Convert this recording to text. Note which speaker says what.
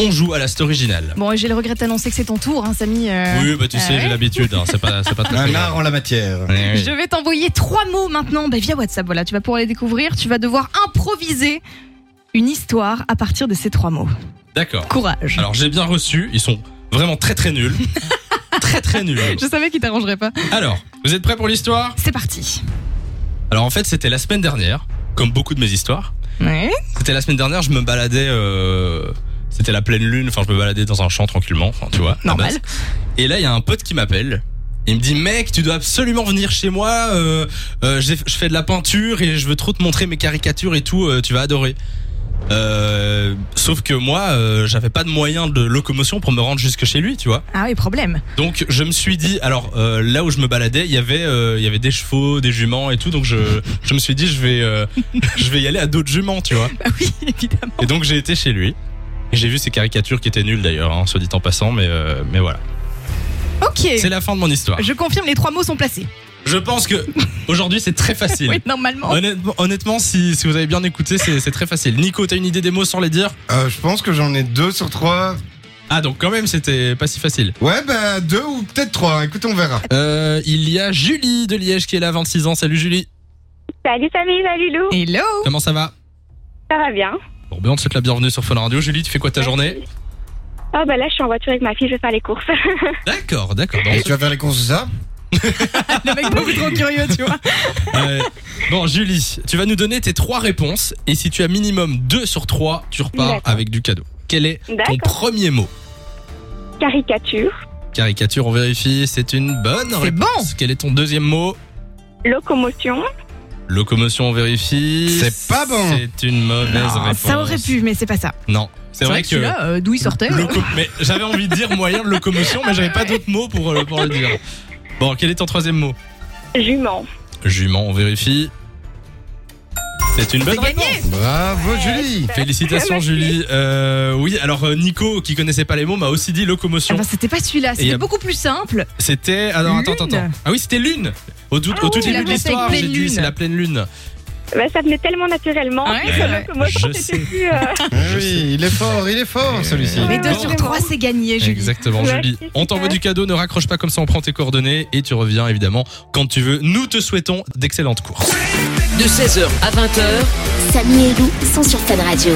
Speaker 1: on joue à la story originale.
Speaker 2: Bon, et j'ai le regret d'annoncer que c'est ton tour, hein, Samy. euh,
Speaker 1: Oui, bah tu
Speaker 2: ah
Speaker 1: sais,
Speaker 2: ouais.
Speaker 1: j'ai l'habitude, hein, c'est pas, c'est pas très
Speaker 3: Un
Speaker 1: grave.
Speaker 3: art en la matière.
Speaker 1: Ouais, ouais.
Speaker 2: Je vais t'envoyer trois mots maintenant bah, via WhatsApp. Voilà, tu vas pouvoir les découvrir. Tu vas devoir improviser une histoire à partir de ces trois mots.
Speaker 1: D'accord.
Speaker 2: Courage.
Speaker 1: Alors j'ai bien reçu, ils sont vraiment très très nuls. très très nuls.
Speaker 2: Je savais qu'il t'arrangerait pas.
Speaker 1: Alors, vous êtes prêts pour l'histoire
Speaker 2: C'est parti.
Speaker 1: Alors en fait, c'était la semaine dernière, comme beaucoup de mes histoires.
Speaker 2: Ouais.
Speaker 1: C'était la semaine dernière, je me baladais. euh, C'était la pleine lune, enfin je me baladais dans un champ tranquillement, enfin tu vois. à la
Speaker 2: Normal.
Speaker 1: base. Et là, il y a un pote qui m'appelle. Il me dit mec, tu dois absolument venir chez moi. euh, euh, j'ai- je fais de la peinture et je veux trop te montrer mes caricatures et tout. euh, tu vas adorer. Euh, sauf que moi, euh, j'avais pas de moyen de locomotion pour me rendre jusque chez lui, tu vois.
Speaker 2: Ah oui, problème.
Speaker 1: Donc je me suis dit, alors euh, là où je me baladais, il y avait euh, il y avait des chevaux, des juments et tout, donc je je me suis dit je vais euh, je vais y aller à d'autres juments, tu vois.
Speaker 2: Bah oui, évidemment.
Speaker 1: Et donc j'ai été chez lui et j'ai vu ses caricatures qui étaient nulles d'ailleurs, hein, soit dit en passant, mais euh, mais voilà.
Speaker 2: Ok.
Speaker 1: C'est la fin de mon histoire.
Speaker 2: Je confirme, les trois mots sont placés.
Speaker 1: Je pense que aujourd'hui c'est très facile.
Speaker 2: Oui, normalement.
Speaker 1: Honnêtement, honnêtement, si, si vous avez bien écouté, c'est c'est très facile. Nico, t'as une idée des mots sans les dire
Speaker 3: Euh, je pense que j'en ai deux sur trois.
Speaker 1: Ah, donc quand même, c'était pas si facile.
Speaker 3: Ouais, bah deux ou peut-être trois. Écoute, on verra.
Speaker 1: Euh, il y a Julie de Liège qui est là, 26 ans. Salut Julie,
Speaker 4: Salut Samy, salut Lou,
Speaker 2: Hello.
Speaker 1: comment ça va
Speaker 4: ça va bien
Speaker 1: Bon, ben on te souhaite la bienvenue sur Fun Radio. Julie, tu fais quoi de ta journée
Speaker 4: Oh bah là je suis en voiture avec ma fille, je vais faire les courses.
Speaker 1: D'accord, d'accord.
Speaker 3: Et tu vas faire les courses, c'est ça
Speaker 2: Le mec beaucoup trop curieux, tu vois.
Speaker 1: Euh, bon, Julie, tu vas nous donner tes trois réponses. Et si tu as minimum deux sur trois, tu repars
Speaker 4: D'accord.
Speaker 1: avec du cadeau. Quel est ton
Speaker 4: D'accord.
Speaker 1: premier mot
Speaker 4: Caricature,
Speaker 1: Caricature, on vérifie, c'est une bonne
Speaker 2: C'est
Speaker 1: réponse.
Speaker 2: bon.
Speaker 1: Quel est ton deuxième mot
Speaker 4: locomotion,
Speaker 1: Locomotion, on vérifie.
Speaker 3: C'est pas bon.
Speaker 1: C'est une mauvaise
Speaker 2: Non,
Speaker 1: réponse.
Speaker 2: ça aurait pu, mais c'est pas ça.
Speaker 1: Non, euh, c'est vrai, que.
Speaker 2: celui-là, euh, d'où il sortait. euh,
Speaker 1: loco- mais j'avais envie de dire moyen de locomotion, mais j'avais pas d'autres mots pour, euh, pour le dire. Bon, quel est ton troisième mot
Speaker 4: jument.
Speaker 1: Jument, on vérifie. C'est une
Speaker 2: C'est
Speaker 1: bonne réponse.
Speaker 2: gagné.
Speaker 3: Bravo, Julie.
Speaker 1: Félicitations Julie. Euh, oui, alors euh, Nico qui connaissait pas les mots m'a aussi dit
Speaker 2: Ah
Speaker 1: locomotion.
Speaker 2: bah, c'était pas celui-là,
Speaker 1: y
Speaker 2: c'était
Speaker 1: a-
Speaker 2: beaucoup plus simple.
Speaker 1: C'était alors attends attends
Speaker 2: Lune.
Speaker 1: attends. Ah oui, c'était lune. Au tout,
Speaker 2: Ah
Speaker 1: au tout
Speaker 2: oui,
Speaker 1: début
Speaker 2: la
Speaker 1: de
Speaker 2: place avec
Speaker 1: l'histoire,
Speaker 2: pleine
Speaker 1: j'ai dit
Speaker 2: lune.
Speaker 1: c'est la pleine lune.
Speaker 4: Bah, ça venait tellement naturellement
Speaker 2: Ouais,
Speaker 4: que
Speaker 2: c'est vrai.
Speaker 4: locomotion
Speaker 1: Je
Speaker 4: c'était
Speaker 1: sais.
Speaker 4: plus... euh,
Speaker 3: Ah oui, il est fort, il est fort celui-ci.
Speaker 2: Les
Speaker 4: Ouais,
Speaker 2: deux
Speaker 4: ouais,
Speaker 2: sur
Speaker 4: vraiment.
Speaker 2: trois, c'est gagné, Julie.
Speaker 1: Exactement
Speaker 4: Merci,
Speaker 1: Julie. On t'envoie
Speaker 4: super.
Speaker 1: du cadeau, ne raccroche pas comme ça, on prend tes coordonnées et tu reviens évidemment quand tu veux. Nous te souhaitons d'excellentes courses.
Speaker 5: De 16h à 20h,
Speaker 6: Samy et Lou sont sur Fan Radio.